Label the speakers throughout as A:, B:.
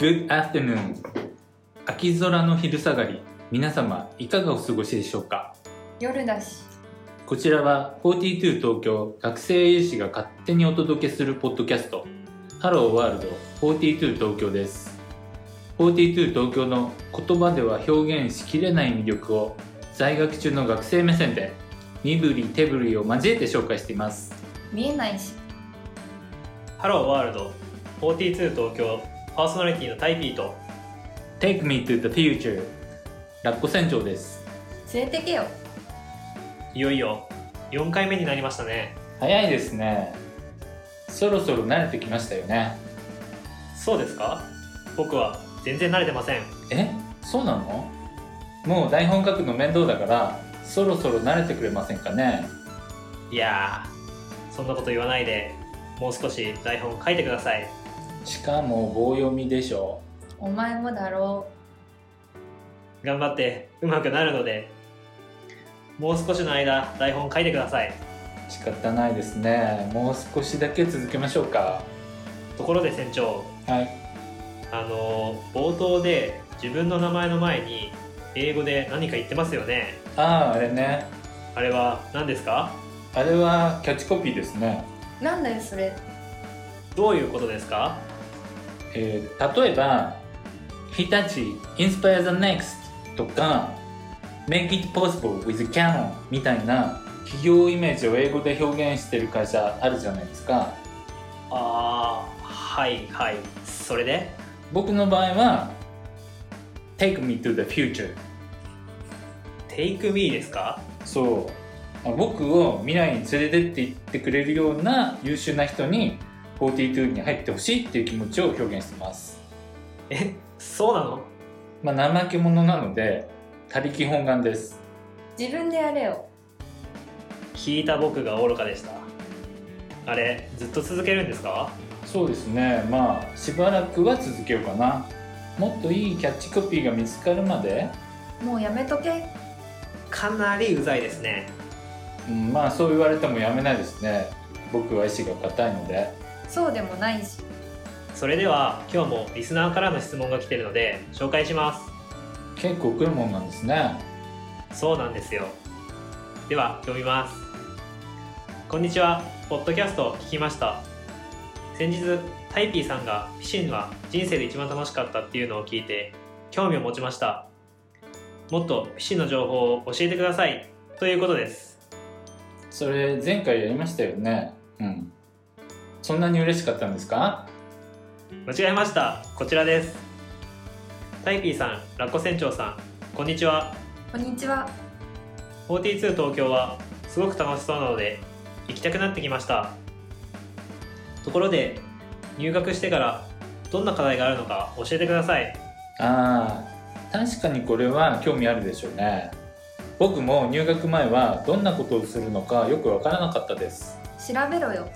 A: Good afternoon 秋空の昼下がり皆様いかがお過ごしでしょうか
B: 夜だし
A: こちらは42東京学生有志が勝手にお届けするポッドキャストハローワールド42東京です42東京の言葉では表現しきれない魅力を在学中の学生目線で身振り手振りを交えて紹介しています
B: 見えないし
C: ハローワールド42東京パーソナリティのタイピーと
A: Take me to the future ラッコ船長です
B: 連れてけよ
C: いよいよ4回目になりましたね
A: 早いですねそろそろ慣れてきましたよね
C: そうですか僕は全然慣れてません
A: えそうなのもう台本書くの面倒だからそろそろ慣れてくれませんかね
C: いやーそんなこと言わないでもう少し台本書いてください
A: しかも棒読みでしょ
B: お前もだろ
C: 頑張ってうまくなるのでもう少しの間台本書いてください
A: 仕方ないですねもう少しだけ続けましょうか
C: ところで船長
A: はい
C: あのー冒頭で自分の名前の前に英語で何か言ってますよね
A: あああれね
C: あれは何ですか
A: あれはキャッチコピーですね
B: うなんだよそれ
C: どういうことですか
A: えー例えば「日立 Inspire the Next」とか「Make it possible with Canon」みたいな企業イメージを英語で表現してる会社あるじゃないですか
C: ああはいはいそれで
A: 僕の場合は「Take me to the future
C: 「Take Me」ですか」
A: そう僕を未来に連れてって言ってくれるような優秀な人に42に入ってほしいっていう気持ちを表現してます
C: えそうなの
A: まあ怠け者なので他力本願です
B: 自分でやれよ
C: 聞いた僕が愚かでしたあれずっと続けるんですか
A: そうですねまあしばらくは続けようかなもっといいキャッチコピーが見つかるまで、
B: もうやめとけ
C: かなりうざいですね
A: うん、まあそう言われてもやめないですね僕は意志が固いので
B: そうでもないし
C: それでは今日もリスナーからの質問が来てるので紹介しま
A: 結構来るもんなんですね
C: すそうなんですよでは読みますこんにちはポッドキャストを聞きました先日タイピーさんがフィシンは人生で一番楽しかったっていうのを聞いて興味を持ちましたもっとフィシンの情報を教えてくださいということです
A: それ前回やりましたよねうんそんなに嬉しかったんですか
C: 間違えましたこちらですタイピーさんラッコ船長さんこんにちは
B: こんにちは
C: 42東京はすごく楽しそうなので行きたくなってきましたところで入学してからどんな課題があるのか教えてください
A: ああ確かにこれは興味あるでしょうね僕も入学前はどんなことをするのかよくわからなかったです
B: 調べろよ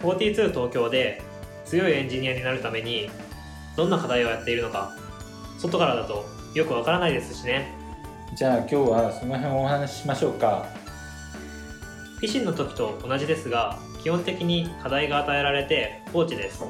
C: 42東京で強いエンジニアになるためにどんな課題をやっているのか外からだとよくわからないですしね
A: じゃあ今日はその辺をお話ししましょうか
C: フィシンの時と同じですが基本的に課題が与えられて放置です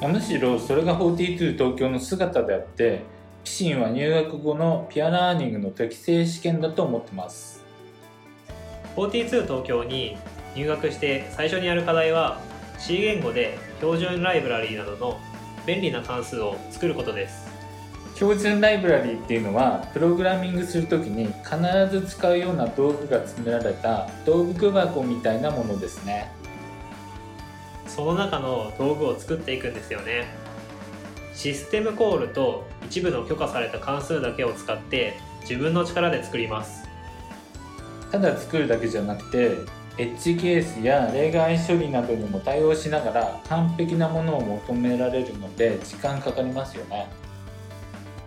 A: むしろそれが42東京の姿であってピシンは入学後のピアラーニングの適正試験だと思ってます
C: 42東京に入学して最初にやる課題は C 言語で標準ライブラリーなどの便利な関数を作ることです
A: 標準ライブラリーっていうのはプログラミングする時に必ず使うような道具が詰められた道具箱みたいなものですね
C: その中の道具を作っていくんですよねシステムコールと一部の許可された関数だけを使って自分の力で作ります
A: ただ作るだけじゃなくてエッジケースや例外処理などにも対応しながら完璧なものを求められるので時間かかりますよね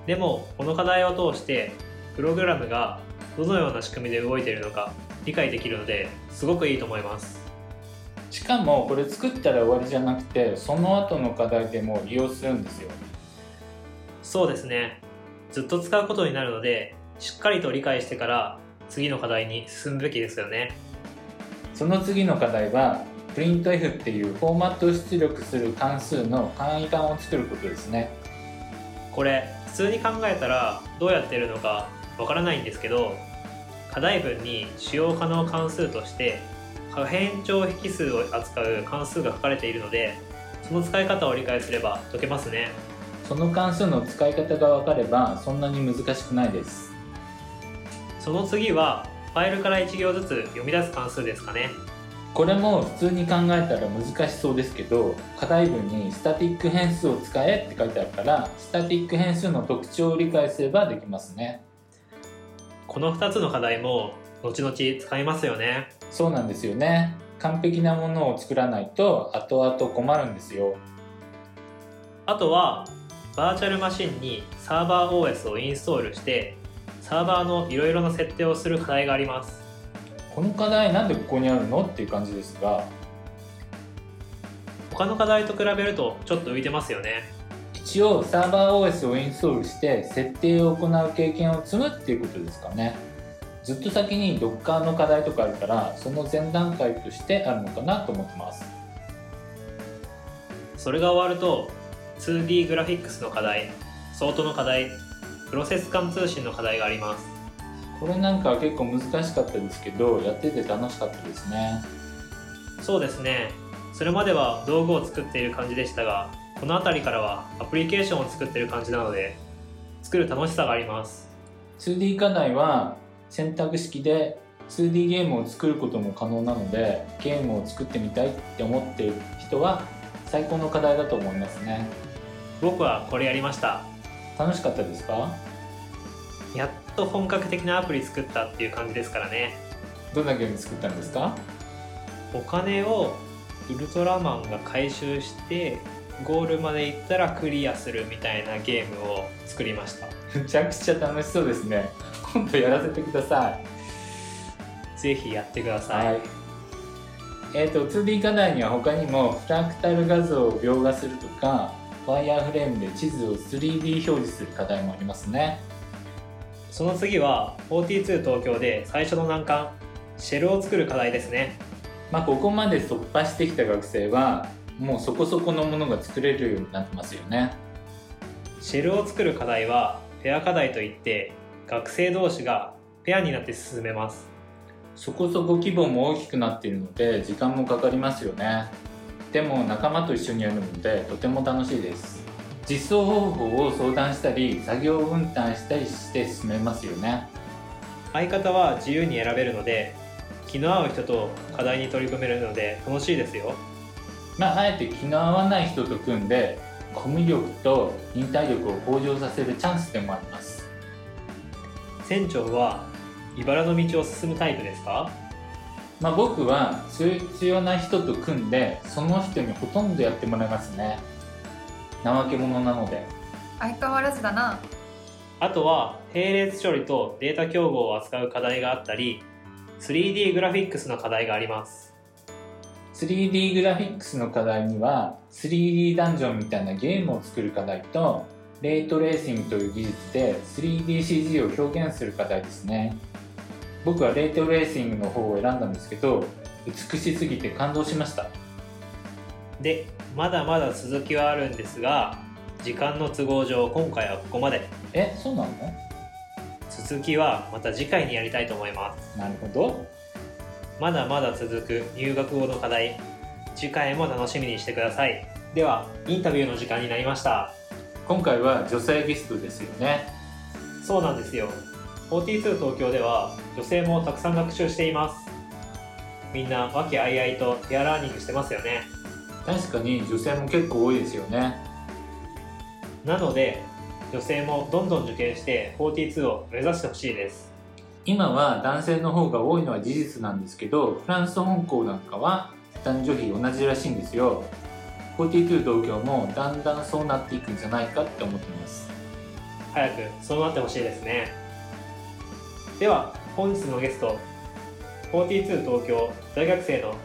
C: でもこの課題を通してプログラムがどのような仕組みで動いているのか理解できるのですごくいいと思います
A: しかもこれ作ったら終わりじゃなくてその後の課題でも利用するんですよ
C: そうですねずっと使うことになるのでしっかりと理解してから次の課題に進むべきですよね
A: その次の課題はプリント F っていうフォーマットを出力する関数の簡易版を作ることですね
C: これ普通に考えたらどうやってるのかわからないんですけど課題文に使用可能関数として可変長引数を扱う関数が書かれているのでその使い方を理解すれば解けますね
A: その関数の使い方が分かればそんなに難しくないです
C: その次はファイルから1行ずつ読み出す関数ですかね
A: これも普通に考えたら難しそうですけど課題文に「スタティック変数を使え」って書いてあるからスタティック変数の特徴を理解すればできますね
C: この2つの課題も後々使いますよね
A: そうなんですよね完璧なものを作らないと後々困るんですよ
C: あとはバーチャルマシンにサーバー OS をインストールしてサーバーのいろいろな設定をする課題があります
A: この課題なんでここにあるのっていう感じですが
C: 他の課題と比べるとちょっと浮いてますよね
A: 一応サーバー OS をインストールして設定を行う経験を積むっていうことですかねずっと先に Docker の課題とかあるからその前段階としてあるのかなと思ってます
C: それが終わると 2D グラフィックスの課題ソートの課題プロセス間通信の課題があります
A: これなんか結構難しかったですけどやってて楽しかったですね
C: そうですねそれまでは道具を作っている感じでしたがこの辺りからはアプリケーションを作っている感じなので作る楽しさがあります
A: 2D 課題は選択式で 2D ゲームを作ることも可能なのでゲームを作ってみたいって思ってる人は最高の課題だと思いますね
C: 僕はこれやりました
A: 楽しかったですか
C: やっと本格的なアプリ作ったっていう感じですからね
A: どんなゲーム作ったんですか
C: お金をウルトラマンが回収してゴールまで行ったらクリアするみたいなゲームを作りました
A: めちゃくちゃ楽しそうですね今度やらせてください
C: ぜひやってください、
A: はいえー、と 2D 課題には他にもフラクタル画像を描画するとかワイヤーフレームで地図を 3D 表示する課題もありますね
C: その次は42東京で最初の難関シェルを作る課題ですね
A: まあここまで突破してきた学生はもうそこそこのものが作れるようになってますよね
C: シェルを作る課題はペア課題といって学生同士がペアになって進めます
A: そこそこ規模も大きくなっているので時間もかかりますよねでも仲間と一緒にやるのでとても楽しいです実装方法を相談したり作業分担したりして進めますよね
C: 相方は自由に選べるので気の合う人と課題に取り組めるので楽しいですよ
A: まああえて気の合わない人と組んでコミュ力と忍耐力を向上させるチャンスでもあります
C: 船長は茨の道を進むタイプですか
A: まあ僕は必要な人と組んでその人にほとんどやってもらいますね怠け者なので
B: 相変わらずだな
C: あとは並列処理とデータ競合を扱う課題があったり 3D グラフィックスの課題があります
A: 3D グラフィックスの課題には 3D ダンジョンみたいなゲームを作る課題とレイトレーシングという技術で 3DCG を表現する課題ですね僕はレイトレーシングの方を選んだんですけど美しすぎて感動しました
C: でまだまだ続きはあるんですが時間の都合上今回はここまで
A: えそうなの
C: 続きはまた次回にやりたいと思います
A: なるほど
C: まだまだ続く入学後の課題次回も楽しみにしてくださいではインタビューの時間になりました
A: 今回は女性ゲストですよね
C: そうなんですよ42東京では女性もたくさん学習していますみんな和気あいあいとペアラーニングしてますよね
A: 確かに女性も結構多いですよね
C: なので女性もどんどん受験して42を目指してほしいです
A: 今は男性の方が多いのは事実なんですけどフランスと香港なんかは男女比同じらしいんですよ42東京もだんだんそうなっていくんじゃないかって思ってます
C: 早くそうなってほしいですねでは本日のゲスト42東京大学生の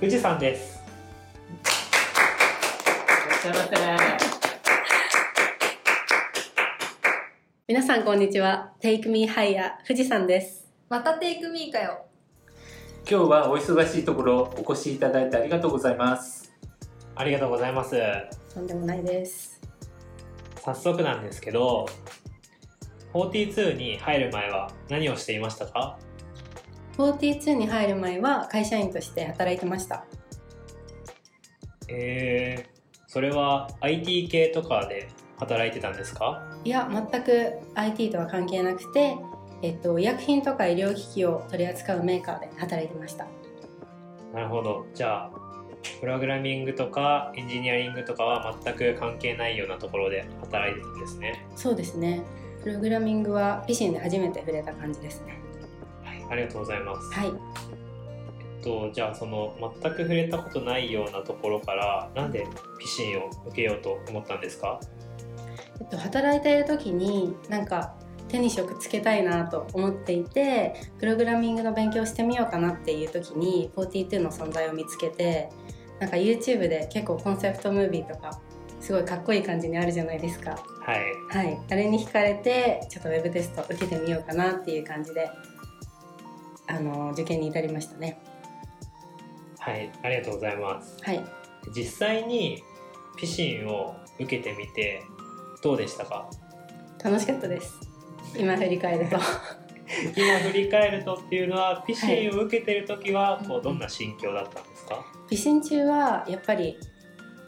C: 藤さんです
A: いらっしゃいま
D: 皆さんこんにちは Take Me Higher 富士山です
B: またテイクミーかよ
A: 今日はお忙しいところお越しいただいてありがとうございます
C: ありがとうございます
D: とんでもないです
C: 早速なんですけど42に入る前は何をしていましたか
D: 42に入る前は会社員として働いてました
C: えー、それは IT 系とかで働いてたんですか
D: いや全く IT とは関係なくて、えっと、医薬品とか医療機器を取り扱うメーカーで働いてました
C: なるほどじゃあプログラミングとかエンジニアリングとかは全く関係ないようなところで働いてたんですね
D: そうですねプログラミングはピシンで初めて触れた感じですね
C: はいありがとうございます
D: はい
C: えっとじゃあその全く触れたことないようなところからなんでピシンを受けようと思ったんですか
D: えっと、働いている時になんか手に職つけたいなと思っていてプログラミングの勉強してみようかなっていう時に42の存在を見つけてなんか YouTube で結構コンセプトムービーとかすごいかっこいい感じにあるじゃないですか
C: はい
D: はいあれに惹かれてちょっとウェブテスト受けてみようかなっていう感じであの受験に至りましたね
C: はいありがとうございます
D: はい
C: 実際にピシンを受けてみてどうでしたか
D: 楽しかったです今振り返ると
C: 今振り返るとっていうのはピシンを受けてる時はこうどんな心境だったんですか
D: 微信中はやっぱり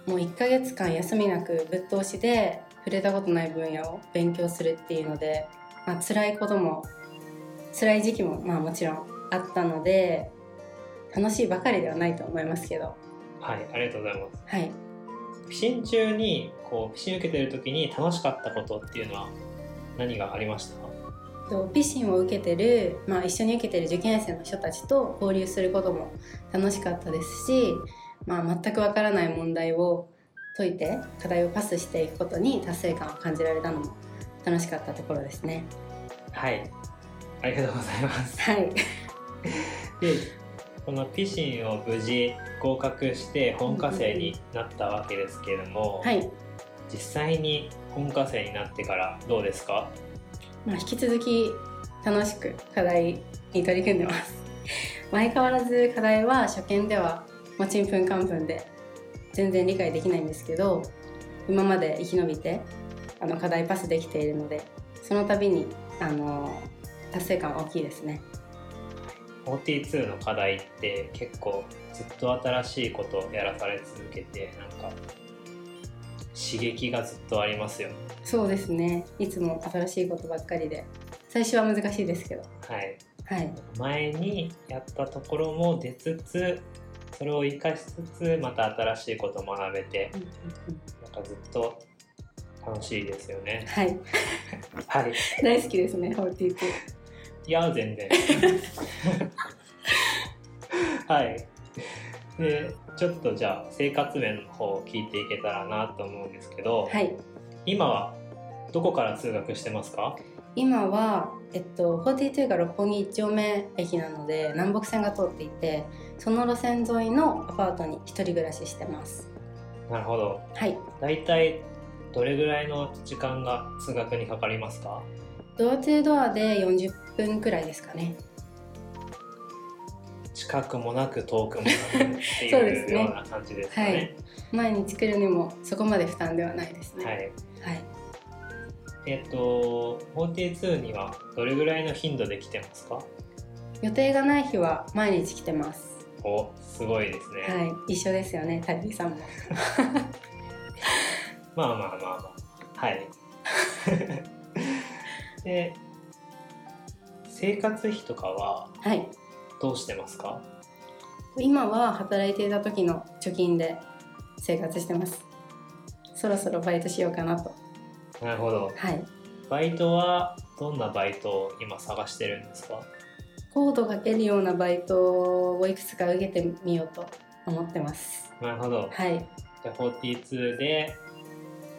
D: もう1ヶ月間休みなくぶっ通しで触れたことない分野を勉強するっていうので、まあ辛いことも辛い時期もまあもちろんあったので楽しいばかりではないと思いますけど
C: はいありがとうございま
D: はい
C: すピシン中にこうピシン受けてる時に楽しかったことっていうのは何がありましたか
D: とピシンを受けてる、まあ、一緒に受けてる受験生の人たちと交流することも楽しかったですし、まあ、全くわからない問題を解いて課題をパスしていくことに達成感を感じられたのも楽しかったところですね。
C: はいありがとうございます
D: はい、
C: でこのピシンを無事合格して本科生になったわけですけれども、
D: はい
C: 実際に本科生になってからどうですか
D: まあ、引き続き楽しく課題に取り組んでます 相変わらず課題は初見ではもうちんぷんかんぷんで全然理解できないんですけど今まで生き延びてあの課題パスできているのでその度にあの達成感は大きいですね
C: OT2 の課題って結構ずっと新しいことをやらされ続けてなんか刺激がずっとありますよね
D: そうですねいつも新しいことばっかりで最初は難しいですけど
C: はい
D: はい
C: 前にやったところも出つつそれを活かしつつまた新しいことを学べてなんかずっと楽しいですよね
D: はい
C: はい
D: 大好きですね42
C: いや全然はいでちょっとじゃあ生活面の方を聞いていけたらなと思うんですけど、
D: はい
C: 今はどこから通学してますか
D: 今は、えっと、42が六本木一丁目駅なので南北線が通っていてその路線沿いのアパートに一人暮らししてます
C: なるほど
D: はい
C: だいたいどれぐらいの時間が通学にかかりますか
D: ドアトゥドアで40分くらいですかね
C: 近くもなく遠くもなくってい
D: そうです
C: う
D: ね
C: ような感じですかね
D: 前に作るにもそこまで負担ではないです
C: は
D: ね
C: い、
D: はい
C: えっと42にはどれぐらいの頻度で来てますか
D: 予定がない日は毎日来てます
C: おすごいですね、
D: はい一緒ですよねタリーさんも
C: まあまあまあまあはい で生活費とかは
D: はい
C: どうしてますか
D: 今は働いていた時の貯金で生活してますそろそろバイトしようかなと
C: なるほど
D: はい
C: バイトはどんなバイトを今探してるんですか
D: コードかけるようなバイトをいくつか受けてみようと思ってます。
C: なるほど。
D: はい、
C: じゃあ42で、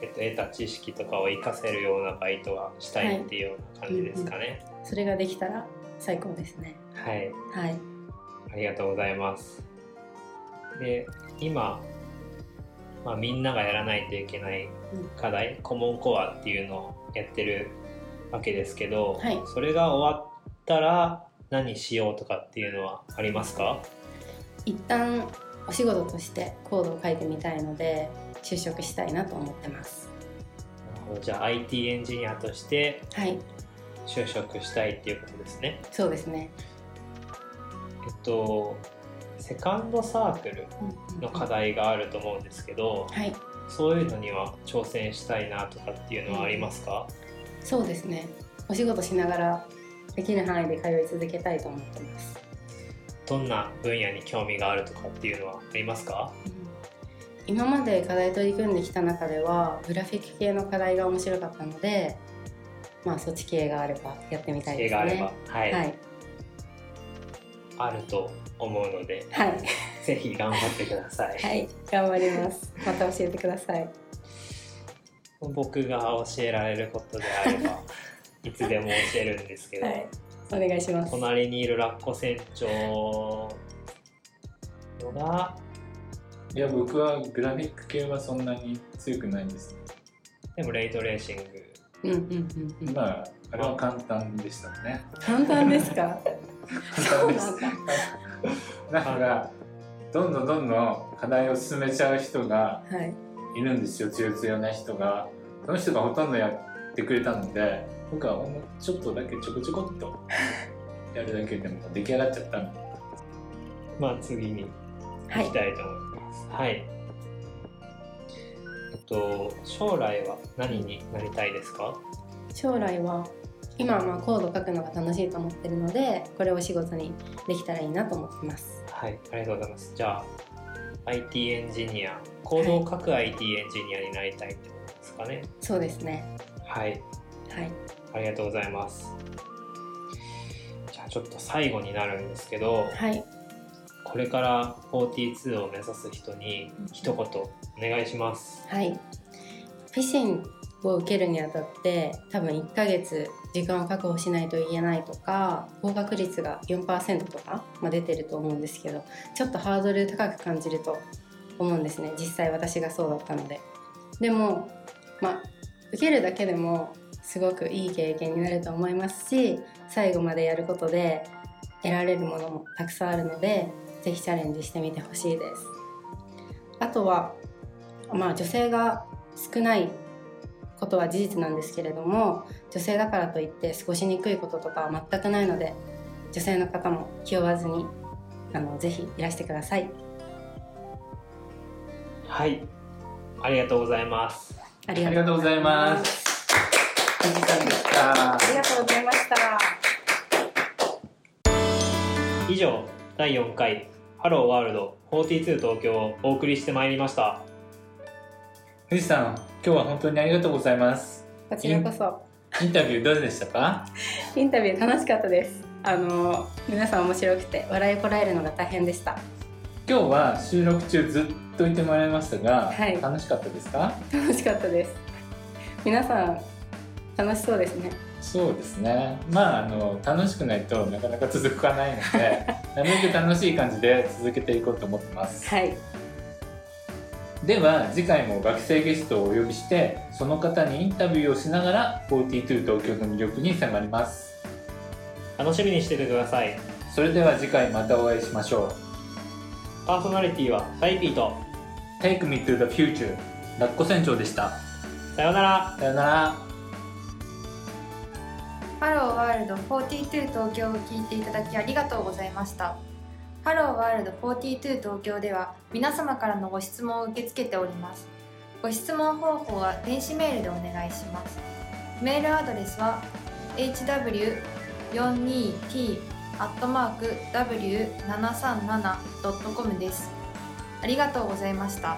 C: えっと、得た知識とかを活かせるようなバイトがしたいっていうような感じですかね。
D: それができたら最高ですね。
C: はい、
D: はい、
C: ありがとうございます。で、今、まあ、みんながやらないといけない課題、コモンコアっていうのをやってるわけですけど、
D: はい
C: それが終わったら何しようとかっていうのはありますか
D: 一旦お仕事としてコードを書いてみたいので就職したいなと思ってます
C: じゃあ IT エンジニアとして
D: はい
C: 就職したいっていうことですね
D: そうですね
C: えっとセカンドサークルの課題があると思うんですけど
D: はい
C: そういうのには挑戦したいなとかっていうのはありますか、
D: そうですねお仕事しながらできる範囲で通い続けたいと思ってます、
C: どんな分野に興味があるとかっていうのはありますか
D: 今まで課題取り組んできた中ではグラフィック系の課題が面白かったのでまあそっち系があればやってみたいで
C: 系
D: すね
C: があれば、はい
D: はい
C: あると思うので
D: はい、
C: ぜひ頑張ってください、
D: はい、頑張りますまた教えてください
C: 僕が教えられることであれ ばいつでも教えるんですけど、
D: はいお願いします
C: 隣にいるラッコ船長のが
A: いや僕はグラフィック系はそんなに強くないんです、
C: でもレイトレーシング
D: うんうんうんうん
A: まああれは簡単でしたね
D: 簡単で すかそうなんだ
A: だからどんどんどんどん課題を進めちゃう人が
D: はい
A: いるんですよ強強な人がその人がほとんどやってくれたので僕はほんのちょっとだけちょこちょこっ とやるだけでも出来上がっちゃったみたいな
C: まあ次に
D: は
C: 行
D: い
C: きたいと思いますはい、えっと将来は何になりたいですか
D: 将来は今はまあコード書くのが楽しいと思ってるのでこれを仕事にできたらいいなと思ってます
C: はいありがとうございますじゃあ IT エンジニアコードを書く IT エンジニアになりたいってことですかね
D: そうですね
C: はい
D: はい
C: ありがとうございますじゃあちょっと最後になるんですけど
D: はい
C: これから42を目指す人に一言お願いします
D: はいフィシングを受けるにあたって多分1ヶ月時間を確保しないと言えないとか合格率が4%とか、まあ、出てると思うんですけどちょっとハードル高く感じると思うんですね実際私がそうだったのででもまあ受けるだけでもすごくいい経験になると思いますし最後までやることで得られるものもたくさんあるのでぜひチャレンジしてみてほしいですあとはまあ女性が少ないことは事実なんですけれども女性だからといって過ごしにくいこととかは全くないので女性の方も気負わずにあのぜひいらしてください
C: はいありがとうございます
D: あり
A: ありがとうございますいい時間でした
D: ありがとうございました
C: 以上第4回ハローワールド42東京をお送りしてまいりました
A: 藤さん今日は本当にありがとうございます
D: こちらこそ
A: インタビューどうでしたか
D: インタビュー楽しかったですあの皆さん面白くて笑いこらえるのが大変でした
A: 今日は収録中ずっといてもらいましたが、
D: はい
A: 楽しかったですか
D: 楽しかったです皆さん楽しそうですね
A: そうですねまああの楽しくないとなかなか続かないので なるべく楽しい感じで続けていこうと思ってます、
D: はい
A: では次回も学生ゲストをお呼びしてその方にインタビューをしながら42東京の魅力に迫ります
C: 楽しみにしててください
A: それでは次回またお会いしましょう
C: パーソナリティはタイピーと
A: Take me to the future ラッコ船長でした
C: さようなら
A: さよなら
B: ハローワールド42東京を聞いていただきありがとうございました。ハローワールド42東京では皆様からのご質問を受け付けております。ご質問方法は電子メールでお願いします。メールアドレスは hw42t.w737.com です。ありがとうございました。